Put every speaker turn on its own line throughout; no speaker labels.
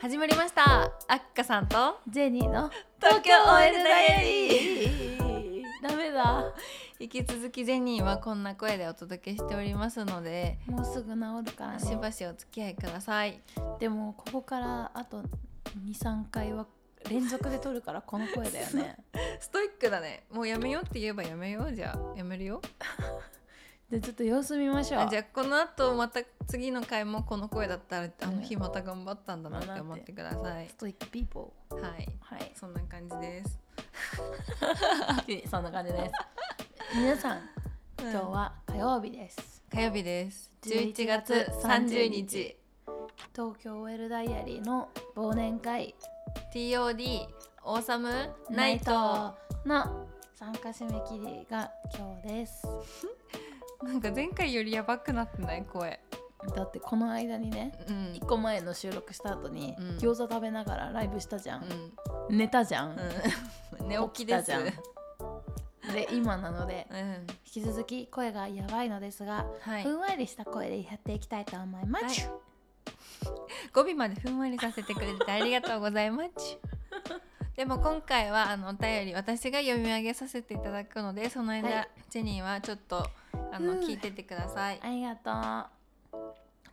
始まりましたあっかさんと
ジェニーの
東京 OL ダイアリー
ダメだ
引き続きジェニーはこんな声でお届けしておりますので
もうすぐ治るから
し
ね
ばしお付き合いください
でもここからあと23回は連続で撮るからこの声だよね
ストイックだねもうやめようって言えばやめようじゃあやめるよ
でちょっと様子見ましょう
あじゃあこの後また次の回もこの声だったらあの日
うん
また頑張ったんだなって
頑張って
思ってください
ストイックピーポ
はい
ーはい
そんな感じです
そんな感じです皆さん
今
今日は火曜日です
火曜日です11
11
月
月
30
30
日
日東京 OL ダイアリーの忘年会
TOD オーサムナ
ナ
イ
イ
ト
トの参加締め切りが今日です
なんか前回よりやばくなってない声
だってこの間にね
うん
1個前の収録した後に、
うん
餃子食べながらライブしたじゃん、
う
寝たじゃん、
ん、うん、寝起きです
起きたじゃんで今なので
うん
引き続き声がやばいのですが、
はい
ふんわりした声でやっていきたいと思います、
は語尾までふんわりさせてくれてありがとうございます。 でも今回はあのお便り私が読み上げさせていただくのでその間、
はい
ジェニーはちょっとあの
うん
聞いててください。
ありがとうは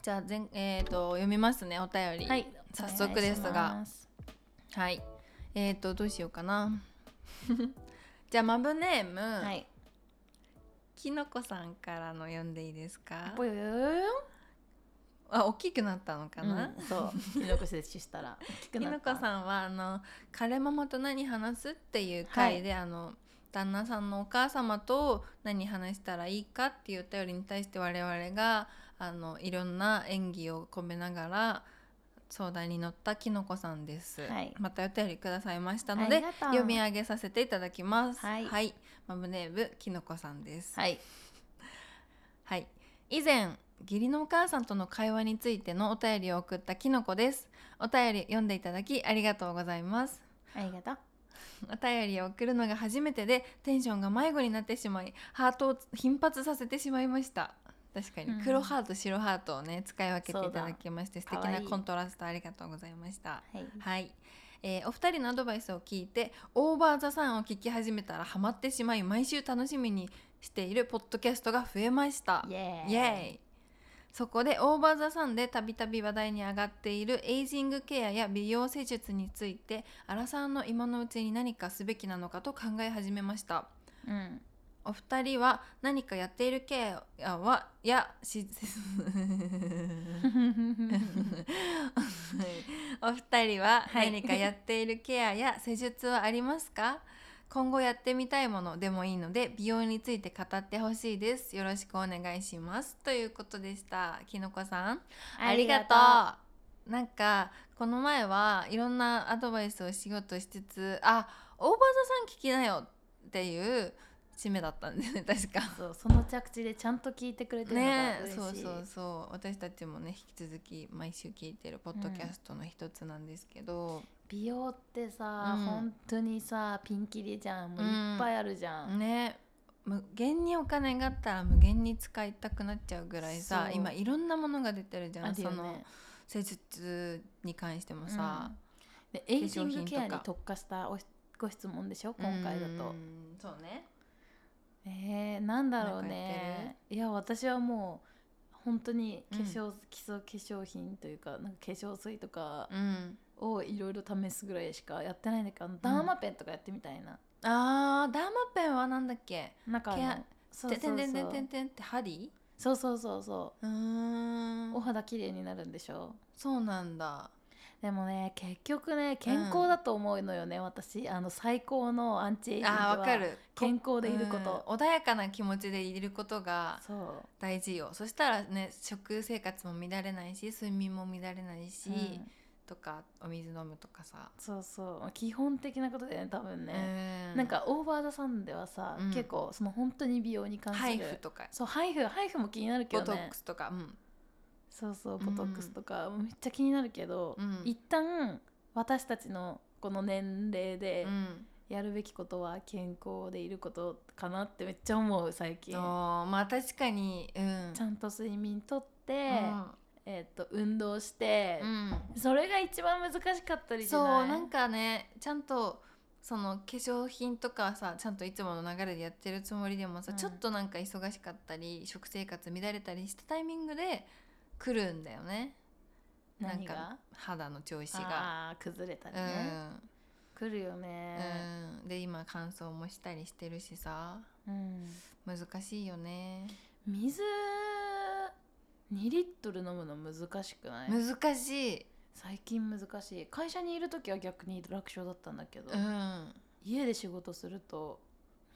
じゃあ全えっ、と読みますねお便り。
い
早速ですが
お願いします
はい。えっ、とどうしようかな。 じゃあマブネーム、
はい
きのこさんからの読んでいいですか
ぽ。よよよよよ
あ大きくなったのかな。
うんそうきのこ摂取したら大き
き
くな
の
っ
こ
た
さんはあの「カレママと何話す?」っていう回で、あの旦那さんのお母様と何話したらいいかっていうお便りに対して我々があのいろんな演技を込めながら相談に乗ったきのこさんです、
はい
またお便りくださいましたの
あり
で
がとう
読み上げさせていただきます
はい
マムネームきのこさんです
はい
はい、以前義理のお母さんとの会話についてのお便りを送ったきのこですお便り読んでいただきありがとうございます
ありがとう
お便りを送るのが初めてでテンションが迷子になってしまいハートを頻発させてしまいました確かに
うん
黒ハート、白ハートをね使い分けていた
そう
だ
だ
きまして素
か
敵
わいい
なコントラストありがとうございました
はい
はい、えーお二人のアドバイスを聞いて「オーバー・ザ・サン」を聞き始めたらハマってしまい毎週楽しみにしているポッドキャストが増えました
イエーイ
イエーイそこで「オーバー・ザ・サン」でたびたび話題に上がっているエイジングケアや美容施術についてアラさんの今のうちに何かすべきなのかと考え始めました
うん
お二人は何かやっているケアはやし お二人は
はい
何かやっているケアや施術はありますか、今後やってみたいものでもいいので美容について語ってほしいですよろしくお願いしますということでしたきのこさんありがとうなんかこの前はいろんなアドバイスを仕事しつつあオーバーザさん聞きなよっていう締めだったんですね確か
そうその着地でちゃんと聞いてくれてるの
ね
が嬉しい、
そうそうそう私たちもね引き続き毎週聞いてるポッドキャストの一つなんですけど、
美容ってさ、
うん
本当にさピンキリじゃんもう
うん
いっぱいあるじゃん、
ね無限にお金があったら無限に使いたくなっちゃうぐらいさ
そう
今いろんなものが出てるじゃ
あ
ん、
るよ
そ
ね
の施術に関してもさ、
うんでエイジン
化
グ
粧品と
ケ
か
アに特化したおしご質問でしょ今回だ
う
と
んそうね
えー、なんだろう
なんかやっ
ねいや私はもう本当に化粧、基礎化粧品というかなんか化粧水とか
うん
をいろいろ試すぐらいしかやってないんだけどあのダーマペンとかやってみたいな、
あーダーマペンはなんだっけ
なんかあ
ケア
のそう
て
そう
て
そ
んてんてんてん
う
てんって針
そうそうそうそう
ーん
うお肌綺麗になるんでしょ
そうなんだ
でもね結局ね健康だと思うのよね、私あの最高のアンチエイジング
あーわか
は
る
健康でいるこ
うん
と、
穏やかな気持ちでいることが
そ
大事よそしたらね食生活も乱れないし睡眠も乱れないし、
う、うん
とかお水飲むとかさ、
そうそう基本的なことだよね多分ね、
う
なんかオーバー・ザ・サンではさ、
うん
結構その本当に美容に関する
配布とか
そう配布配布も気になるけ
ボ
ど
ト
ね
ックスとか、うん
そうそう
うん
ボトックスとか、めっちゃ気になるけど、
うん
一旦私たちのこの年齢で
うん
やるべきことは健康でいることかなってめっちゃ思う最近
あーまあ確かにうん
ちゃんと睡眠とって、
うん
えっと運動して
う、ん、
それが一番難しかったりし
そう
ない
なんかねちゃんとその化粧品とかはさちゃんといつもの流れでやってるつもりでもさ、
うん
ちょっとなんか忙しかったり食生活乱れたりしたタイミングで来るんだよねな
何
ん
が
か肌の調子が。
ああー崩れた
う
りね、
ん
来るよね、
うん、で今乾燥もしたりしてるしさ
うん
難しいよね
水2リットル飲むの難しくない
難しい、
最近難しい会社にいる時は逆に楽勝だったんだけど、
うん、
家で仕事すると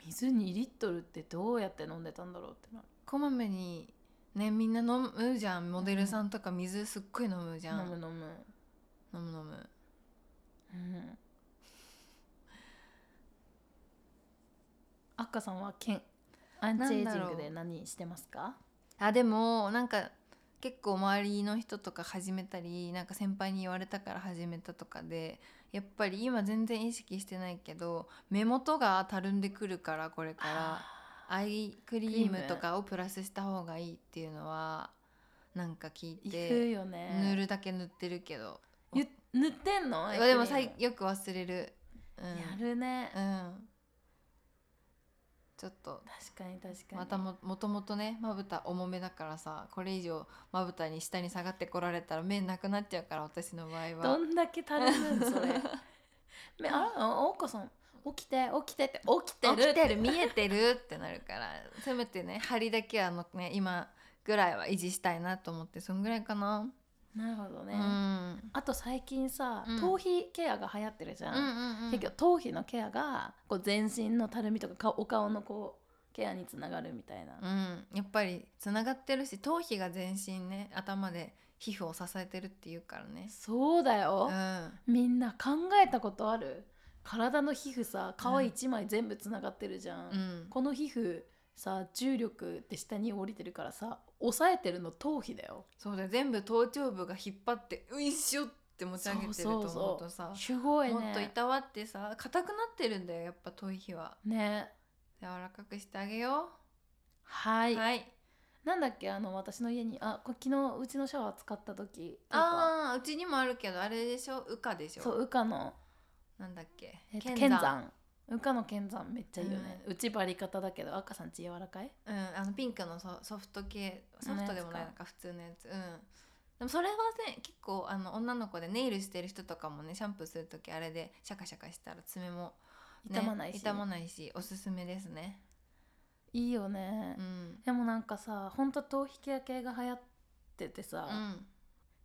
水2リットルってどうやって飲んでたんだろうってなる
こまめにねみんな飲むじゃんモデルさんとか水すっごい飲むじゃん、
飲む飲む、
飲む飲む
うん、赤さんはけんアンチエイジングで何してますか
あでもなんか結構周りの人とか始めたりなんか先輩に言われたから始めたとかでやっぱり今全然意識してないけど目元がたるんでくるからこれから。アイクリームとかをプラスした方がいいっていうのはなんか聞い
行く
て
よね
塗るだけ塗ってるけど
ゆ塗ってんの
でもさ
最
いよく忘れる、うん、
やるね、
うんちょっと
確かに確かに
またももともとねまぶた重めだからさこれ以上まぶたに下に下がってこられたら目なくなっちゃうから私の場合は
どんだけたるむんそ れめあらおこさん起きて起きてって起きてる
起きてる見えてるってなるからせめてね針だけはあのね今ぐらいは維持したいなと思ってそんぐらいかな、
なるほどね、
うん
あと最近さ、
うん
頭皮ケアが流行ってるじゃん、
うんうん
結局頭皮のケアがこう全身のたるみとか顔お顔のこうケアにつながるみたいな、
うん、やっぱりつながってるし頭皮が全身ね頭で皮膚を支えてるっていうからね
そうだ
う
よ、
ん
みんな考えたことある体の皮膚さ皮一枚全部つながってるじゃん、
うん
この皮膚さ重力って下に降りてるからさ抑えてるの頭皮だよ
そうだよ全部頭頂部が引っ張ってういっしょって持ち上げてると
そうそ
思う
うそう
とさ
すごいね
もっといたわってさ硬くなってるんだよやっぱ頭皮は
ね
柔らかくしてあげよ
は
う
い、
はい
なんだっけあの私の家にあこ昨日うちのシャワー使った時あ
あーうちにもあるけどあれでしょ羽化でしょ
そう羽化の、
なんだっけ
えっと、
剣
剣
山
山羽化の剣山めっちゃいいよね、うちバリ方だけど赤さんち柔らかい
うん、あのピンクのソソフト系ソフトでもない
のやつか
なんか普通のやつうんでもそれはね結構あの女の子でネイルしてる人とかもねシャンプーする時あれでシャカシャカしたら爪も、ね、
傷まないし、
傷まないしおすすめですね
いいよね、
うん
でもなんかさほんと頭皮ケア系が流行っててさ、
うん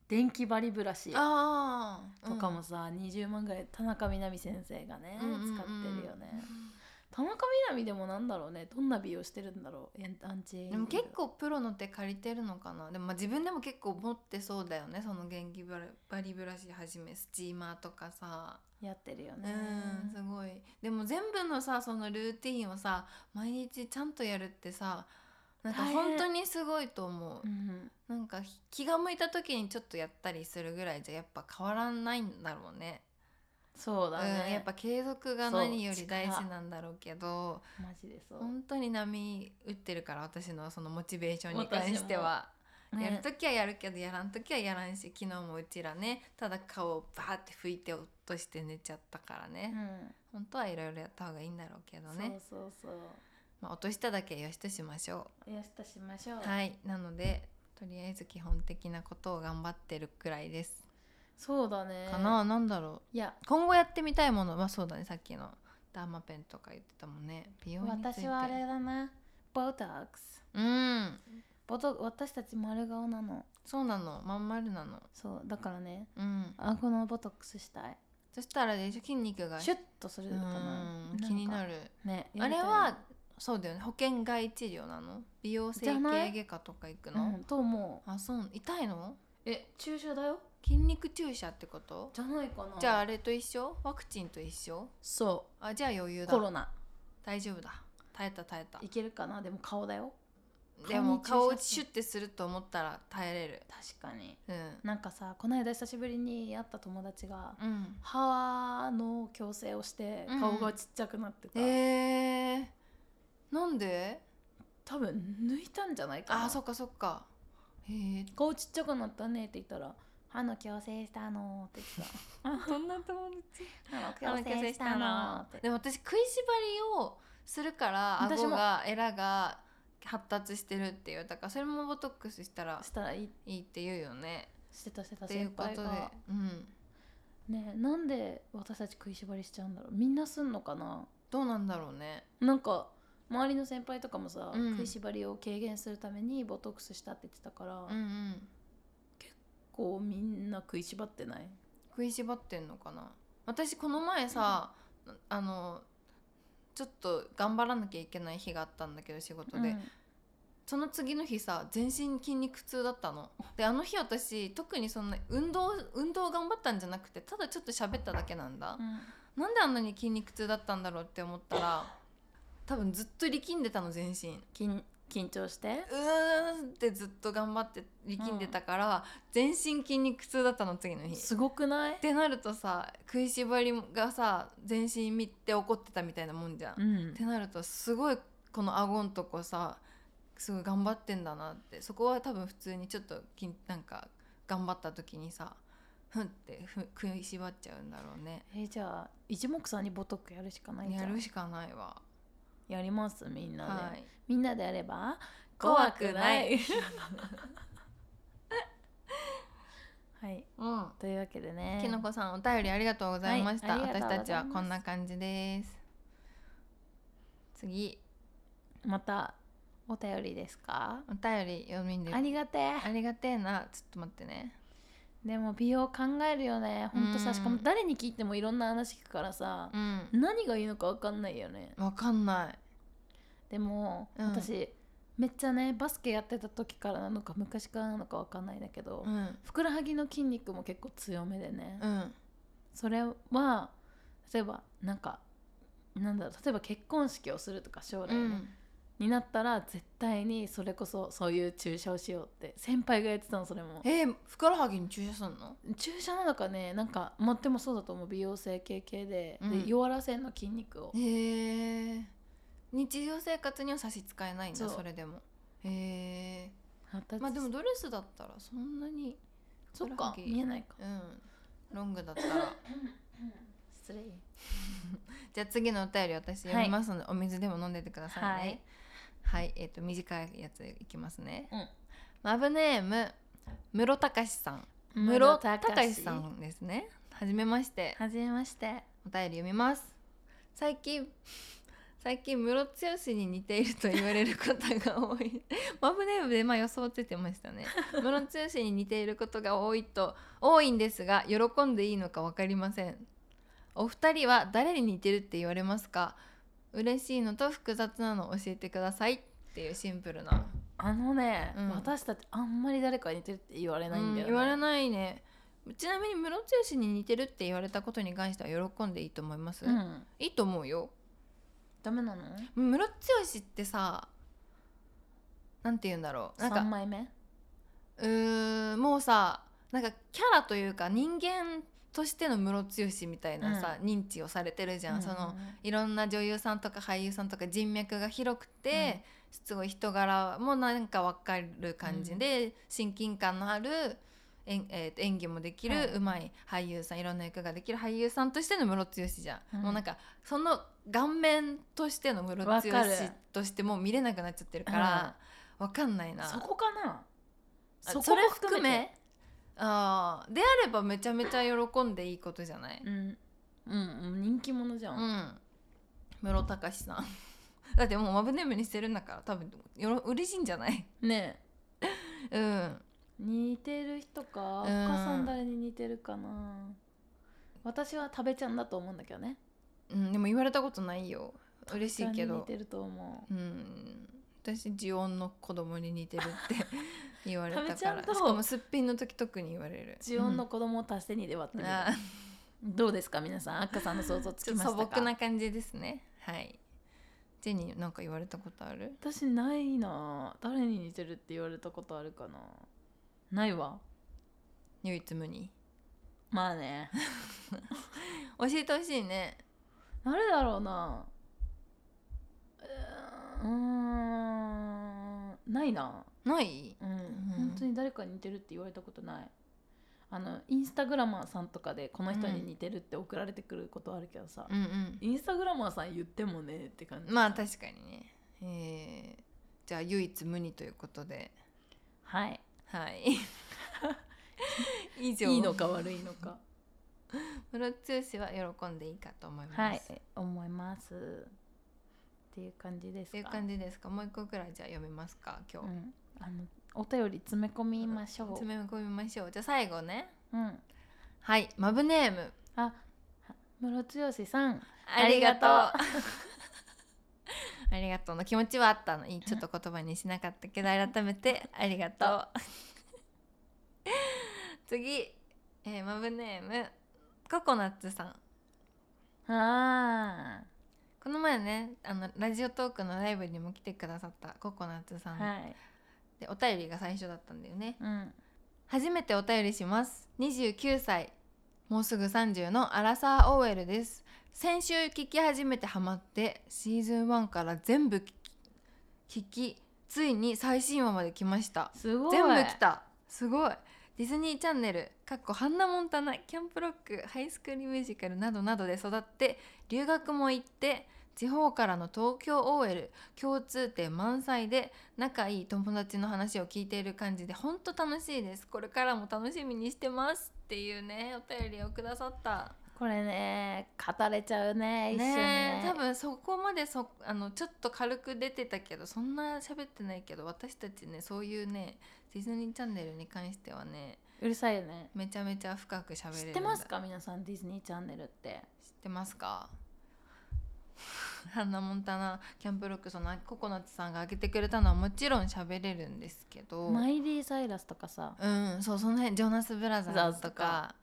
電気バリブラシと
ああ
かもさ、20万ぐらい田中みな実先生がね、使ってるよね田中みな実でもなんだろうねどんな美容してるんだろうエンアンチエイジン
でも
グ
結構プロの手借りてるのかなでもまあ自分でも結構持ってそうだよねその元気バリバリブラシはじめスチーマーとかさ
やってるよね、
うんすごいでも全部のさそのルーティンをさ毎日ちゃんとやるってさなんか
大変
本当にすごいと思う、
うん
なんかひ気が向いた時にちょっとやったりするぐらいじゃやっぱ変わらないんだろうね
そうだね、
うん、やっぱ継続が
そう
何より大事なんだろうけど
マジでそう、
本当に波打ってるから私のそのモチベーションに関しては。やる
ね
時はやるけどやらん時はやらんし昨日もうちらねただ顔をバーって拭いて落として寝ちゃったからね、
うん
本当はいろいろやった方がいいんだろうけどね、
そうそう
まあ、落としただけよしとしましょ
そうよしとしましょう、
うはいなのでとりあえず基本的なことを頑張ってるくらいです、
そうだね
かななんだろ
いや
う今後やってみたいものはそうだねさっきのダーマペンとか言ってたもんね美容について
私はあれだなボトックス
うん
ボト私たち丸顔なの
そうなのまん丸なの
そうだからね
うん
あこのボトックスしたい
そしたらでしょ筋肉が
シュッとする
う
か
ん
な
気にな
る
る
ねや
あ
り
れ
たい
はそうだよね保険外治療なの美容整
じゃな
形
い
外科とか行く
う
の、
んと思う
あそう痛いの
え注射だよ
筋肉注射ってこと
じゃないかな
じゃああれと一緒ワクチンと一緒
そ
あじゃあ余裕
う
だ
コロナ
大丈夫だ耐えた耐えた
いけるかなでも顔だよ
でも顔
顔
を
に注射す
シュ
る
ッてすると思ったら耐えれる
確かに
うん
なんかさこの間久しぶりに会った友達が
うん
歯の矯正をして
うん
顔がちっちゃくなってた、
えー、なんで
多分抜いたんじゃないかな
あそっかそっかへえ
「顔ちっちゃくなったね」って言ったら「歯の矯正したの」って言って
そんな友達
た「 歯の矯正したの」って
でも私食いしばりをするから
私
顎
も
がエラが発達してるっていうだからそれもボトックスしたら
したらいい
いいって言うよね
してたしてた
っていう
先
こと
輩
で
が、
うん、
ねなんで私たち食いしばりしちゃうんだろうみんなすんのかな
どうなんだろうね
なんか周りの先輩とかもさ、
うん
食いしばりを軽減するためにボトックスしたって言ってたから、
うんうん
こうみんな食いしばってない
食いしばってんのかな私この前さ、あのちょっと頑張らなきゃいけない日があったんだけど仕事で、
うん
その次の日さ全身筋肉痛だったのであの日私特にそんな運動運動頑張ったんじゃなくてただちょっと喋っただけなんだ、なんであんなに筋肉痛だったんだろうって思ったら多分ずっと力んでたの全身
緊緊張して
うーんってずっと頑張って力んでたから、全身筋肉痛だったの次の日
すごくない
ってなるとさ食いしばりがさ全身見て怒ってたみたいなもんじゃん。っ
ん
てなるとすごいこの顎んとこさすごい頑張ってんだなってそこは多分普通にちょっときんなんか頑張った時にさふんってふ食いしばっちゃうんだろうね。
えーじゃあ一目散にボトックやるしかないじゃん
やるしかないわ。
やりますみんなで、
はい、
みんなでやれば
怖くない
はい
うん、
というわけでね
きのこさんお便りありがとうございました、
はいあ
私
りがと
た
うございます
ちはこんな感じです次
またお便りですか
お便り読みんで
ありがてえ
ありがてえなちょっと待ってね
でも美容考えるよねほんと
うん
さしかも誰に聞いてもいろんな話聞くからさ、
うん
何がいいのか分かんないよね
わかんない
でも、
うん
私めっちゃねバスケやってた時からなのか昔からなのか分かんないんだけど、
うん
ふくらはぎの筋肉も結構強めでね、
うん
それは例えばなんかなんだろう例えば結婚式をするとか将来
う
ね、
ん
になったら絶対にそれこそそういう注射をしようって先輩がやってたのそれも
えー、ふくらはぎに注射すんの
注射の中ねなんかまあでもそうだと思う美容整形系で,、
うん
で弱らせんの筋肉を
へえ日常生活には差し支えないんだ
そう
それでもへ
発
え
達
まあでもドレスだったらそんなに
そっ
ふくらは
か
ぎ
見えないか
うんロングだった ら
失礼
じゃあ次のお便り私読みますので、お水でも飲んでてくださいねはい、えっ、と短いやついきますね、
うん
マブネーム室隆さん室隆さんですねはじめまして
はじめまして
お便り読みます最近最近室剛に似ていると言われることが多い マブネームでまあ予想ついてましたね室剛に似ていることが多いと多いんですが喜んでいいのか分かりませんお二人は誰に似てるって言われますか嬉しいのと複雑なの教えてくださいっていうシンプルな、
あのね、
うん
私たちあんまり誰かに似てるって言われないんだよ、ね
言われないねちなみに室剛に似てるって言われたことに関しては喜んでいいと思います、
うん
いいと思うよ
ダメなの
ムロツヨシってさなんて言うんだろうなん
三
か
枚目
うーんもうさなんかキャラというか人間としてのムロツヨシみたいなさ、認知をされてるじゃん、そのいろんな女優さんとか俳優さんとか人脈が広くて、すごい人柄もなんか分かる感じで、親近感のある演,、えー演技もできる、
はいう
まい俳優さんいろんな役ができる俳優さんとしてのムロツヨシじゃん、
うん
もうなんかその顔面としてのムロツヨ
わか
シ
る
としてもう見れなくなっちゃってるから、分かんないな
そこかな
あ
そ
そ
こ
れ
も含
含
め
めあーであればめちゃめちゃ喜んでいいことじゃない、
うん、うんうん、人気者じゃ
う
ん、
ん室隆さん だってもうマブネームにしてるんだから多分よろ嬉しいんじゃない
ねえ
うん
似てる人か、
う
お
ん
母さん誰に似てるかな私は食べちゃんだと思うんだけどね
うん、でも言われたことないよ嬉しいけ
食べちゃんに似
ど
てると思う
うん私ジオンの子供に似てるって 言われた
食べち
か
ゃ
ら
ん
し
と
かもすっぴんの時特に言われる
ジオンの子供を足して2で割って
うん
みる、
あー
どうですか皆さん赤さんの想像つ
ち
き
ょっ
ま
と
した
素
か
朴な感じですねはいジェニーなんか言われたことある
私ないな誰に似てるって言われたことあるかなないわ
唯一無二
まあね
教えてほしいね
誰だろうなうーんないな
ない
うん、本当に誰かに似てるって言われたことないあのインスタグラマーさんとかでこの人に似てるって送られてくることあるけどさ、
うんうん
インスタグラマーさん言ってもねって感じ
まあ確かにねえーじゃあ唯一無二ということで
はい
はい 以上
いいのか悪いのか
ムロツヨシは喜んでいいかと思います、
はい思いますっていう感じです
と
か
いう感じですかもう一個ぐらいじゃあ読みますか今
う
日、
ん、あのお便り詰め込みましょう、
詰め込みましょうじゃあ最後ね
うん、
はいマブネーム
あムロツヨシさん
ありがとう。
あ
ありがとうの気持ちはあった のいいちょっと言葉にしなかったけど改めてありがとう 次、えーマブネームココナッツさん
あ
この前ねあのラジオトークのライブにも来てくださったココナッツさ
ー
ん、
はい、
でお便りが最初だったんだよね
うん、
初めてお便りします29歳もうすぐ30のアラサー OL です先週聞き始めてハマってシーズン1から全部聞き聞きついに最新話まで来ました
すごい
全部来たすごいディズニーチャンネルかっこハンナ・モンタナキャンプロックハイスクールミュージカルなどなどで育って留学も行って地方からの東京 OL 共通点満載で仲いい友達の話を聞いている感じでほんと楽しいですこれからも楽しみにしてますっていうねお便りをくださった
これね語れちゃうね一緒にね
ねえ多分そこまでそあのちょっと軽く出てたけどそんな喋ってないけど私たちねそういうねディズニーチャンネルに関してはね
うるさいよね
めちゃめちゃ深く喋れ
知
る
っ
んだ
てますか皆さんディズニーチャンネルって
知ってますか ハンナ・モンタナキャンプロックそのココナッツさんが挙げてくれたのはもちろん喋れるんですけど
マイリー・サイラスとかさ
うんそうその辺ジョナス・ブラザーズとか
ブラ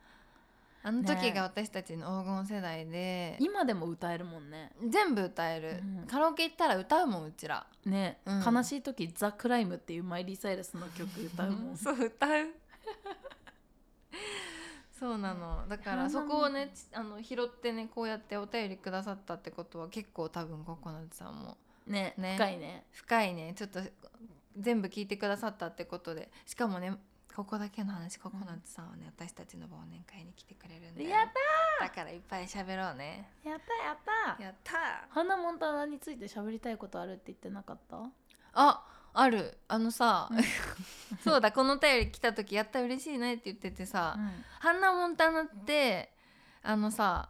あの
ね
時が私たちの黄金世代で、
今でも歌えるもんね
全部歌える、
うん
カラオケ行ったら歌うもんうちら。
ね、
うん
悲しい時「ザ・クライムっていうマイリー・サイラスの曲歌うも ん
そう歌うそうなのだか
いや
ら
ー
そこをねちあの拾ってねこうやってお便りくださったってことは結構多分ココナッツさんも
ね
ね
深いね
深いねちょっと全部聞いてくださったってことでしかもねここだけの話ココナッツさんはね、私たちの忘年会に来てくれるんで
やっ
だからいっぱい喋ろうね
たやったやった
やった
ハンナ・モンタナについて喋りたいことあるって言ってなかった
ああるあのさ、
うん
そうだこのお便り来た時やった嬉しいねって言っててさ、ハンナ・モンタナってあのさ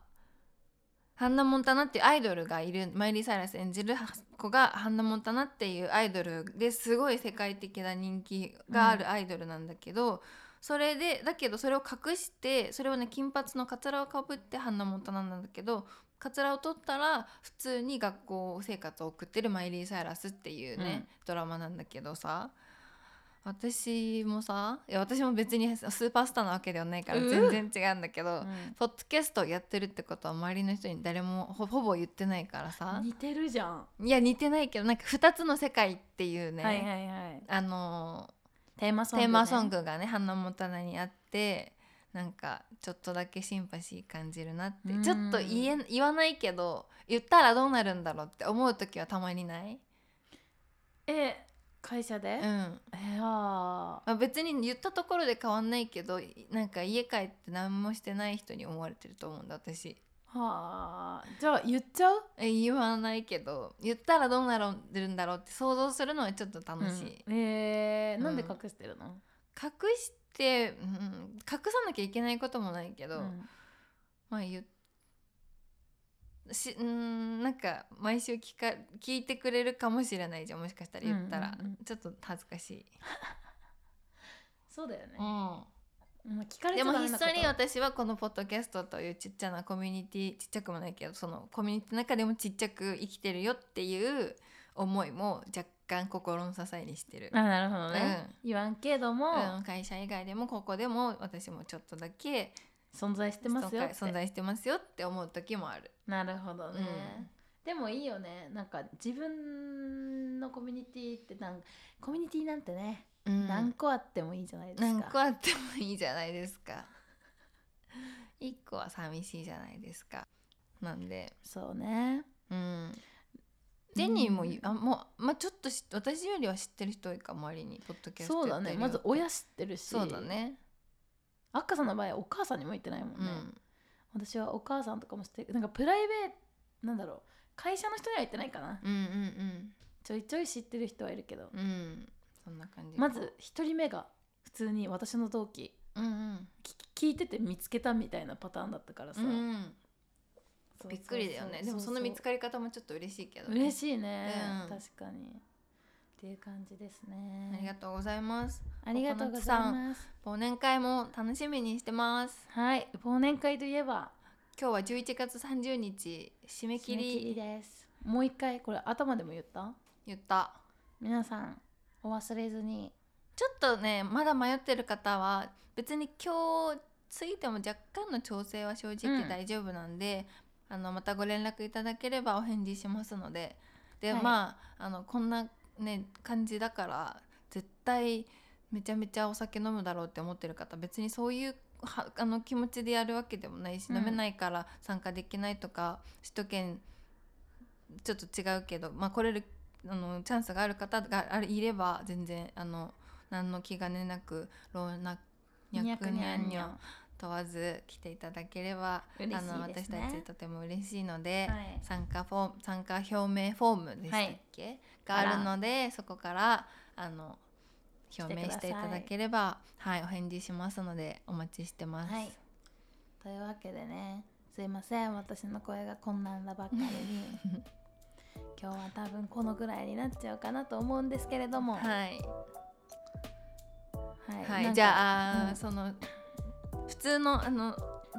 ハンナ・モンタナっていうアイドルがいるマイリー・サイラス演じる子がハンナ・モンタナっていうアイドルですごい世界的な人気があるアイドルなんだけど、それでだけどそれを隠してそれをね金髪のカツラをかぶってハンナ・モンタナなんだけどカツラを取ったら普通に学校生活を送ってるマイリー・サイラスっていうね、
うん
ドラマなんだけどさ私もさいや私も別にスーパースターなわけではないから
う
全
ん
然違うんだけど、
うん
ポッドキャストやってるってことは周りの人に誰もほほぼ言ってないからさ
似てるじゃん、
いや似てないけどなんか2つの世界っていうね、
はいはいはい
あのー
テーマソン
テ
グ、ね、
ーマソングがね「花もたな」にあってなんかちょっとだけシンパシー感じるなって
うん
ちょっと言え言わないけど言ったらどうなるんだろうって思う時はたまにない、
え会社で、
うん
え
ま
ーあ
あ、別に言ったところで変わんないけどなんか家帰って何もしてない人に思われてると思うんだ私
ーはあじゃあ言っちゃう
え言わないけど言ったらどうなるんだろうって想像するのはちょっと楽しい、
うんえー、なんで
うん
隠してるの、
隠して、うん、隠さなきゃいけないこともないけど、
うん
まあ言っしうーんなんか毎週聞か聞いてくれるかもしれないじゃんもしかしたら言ったら、
うんうんう
ちょっと恥ずかしい、
そうだよね、
うん
まあ、聞かれち
で
ゃダ
も
メ
ひ
な
っ
こと
そり私はこのポッドキャストというちっちゃなコミュニティちっちゃくもないけどそのコミュニティの中でもちっちゃく生きてるよっていう思いも若干心の支えにしてる、
あなるほどね、言わんけども、
うん、会社以外でもここでも私もちょっとだけ
存在してますよって
存在してますよって思う時もある
なるほどね、
うん
でもいいよねなんか自分のコミュニティってなんコミュニティなんてね、
うん
何個あってもいいじゃないですか
何個あってもいいじゃないですか1個は寂しいじゃないですかなんで
そうね
うんジェニーも、
うん
あもう、まあ、ちょっとし私よりは知ってる人多いか周りにポッドキャスト
そう
やっ
だ
てるよ
ねまず親知ってるし
そうだね
アッカさんの場合はお母さんにも言ってないもんね
う、ん
私はお母さんとかも知ってるなんかプライベートなんだろう会社の人には言ってないかな
うんうん
ちょいちょい知ってる人はいるけど、
うんうんそんな感じ
まず一人目が普通に私の同期
うんうん
き聞いてて見つけたみたいなパターンだったからさ、
うんうん
そう
びっくりだよね
う
でもその見つ
う
かり方もちょっと嬉しいけど、ね、
嬉しいね、
うん
確かにっていう感じですね
ありがとうございます
ありがとうございます
忘年会も楽しみにしてます
はい忘年会といえば
今日は11月30日締め切
締め切り
り
ですもう一回これ頭でも言った
言った
皆さんお忘れずに
ちょっとねまだ迷ってる方は別に今日過ぎても若干の調整は正
う
直
ん
大丈夫なんで、あのまたご連絡いただければお返事しますのでで、
はい
まああのこんなね感じだから絶対めちゃめちゃお酒飲むだろうって思ってる方別にそういうはあの気持ちでやるわけでもないし、
うん
飲めないから参加できないとか首都圏ちょっと違うけど、まあ、来れるあのチャンスがある方があいれば全然あの何の気兼ねなく老若にゃくにゃんにょ問わず来ていただければ
嬉しい
あの
で
私
すね
たちとても嬉しいので、
はい
参加フォーム参加表明フォームでしたっけ、
はい
があるのでそこからあの表明
来てください
していただければはいお返事しますのでお待ちしてます。
はいというわけでねすいません私の声がこんなんだばっかりに 今日は多分このぐらいになっちゃうかなと思うんですけれどもは
はい
い
はい
なんか
じゃあ、
うん
その普通のあの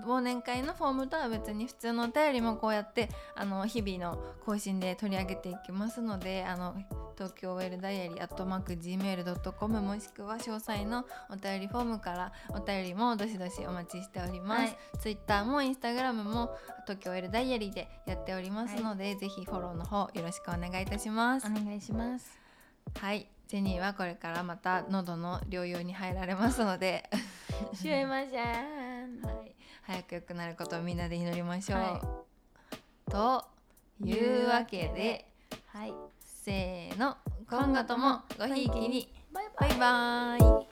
忘年会のフォームとは別に普通のお便りもこうやってあの日々の更新で取り上げていきますのであの東京 OL ダイアリー gmail.com もしくは詳細のお便りフォームからお便りもどしどしお待ちしております、
はい
Twitter も Instagram も東京 OL ダイアリーでやっておりますので、ぜひフォローの方よろしくお願いいたします
お願いします
はいジェニーはこれからまた喉の療養に入られますので
しゅえましゃん
はい、早く良くなることをみんなで祈りましょう。
は
というわけで
はい
せーの今後ともごひいきに
バイバ
バ
イ
イバイ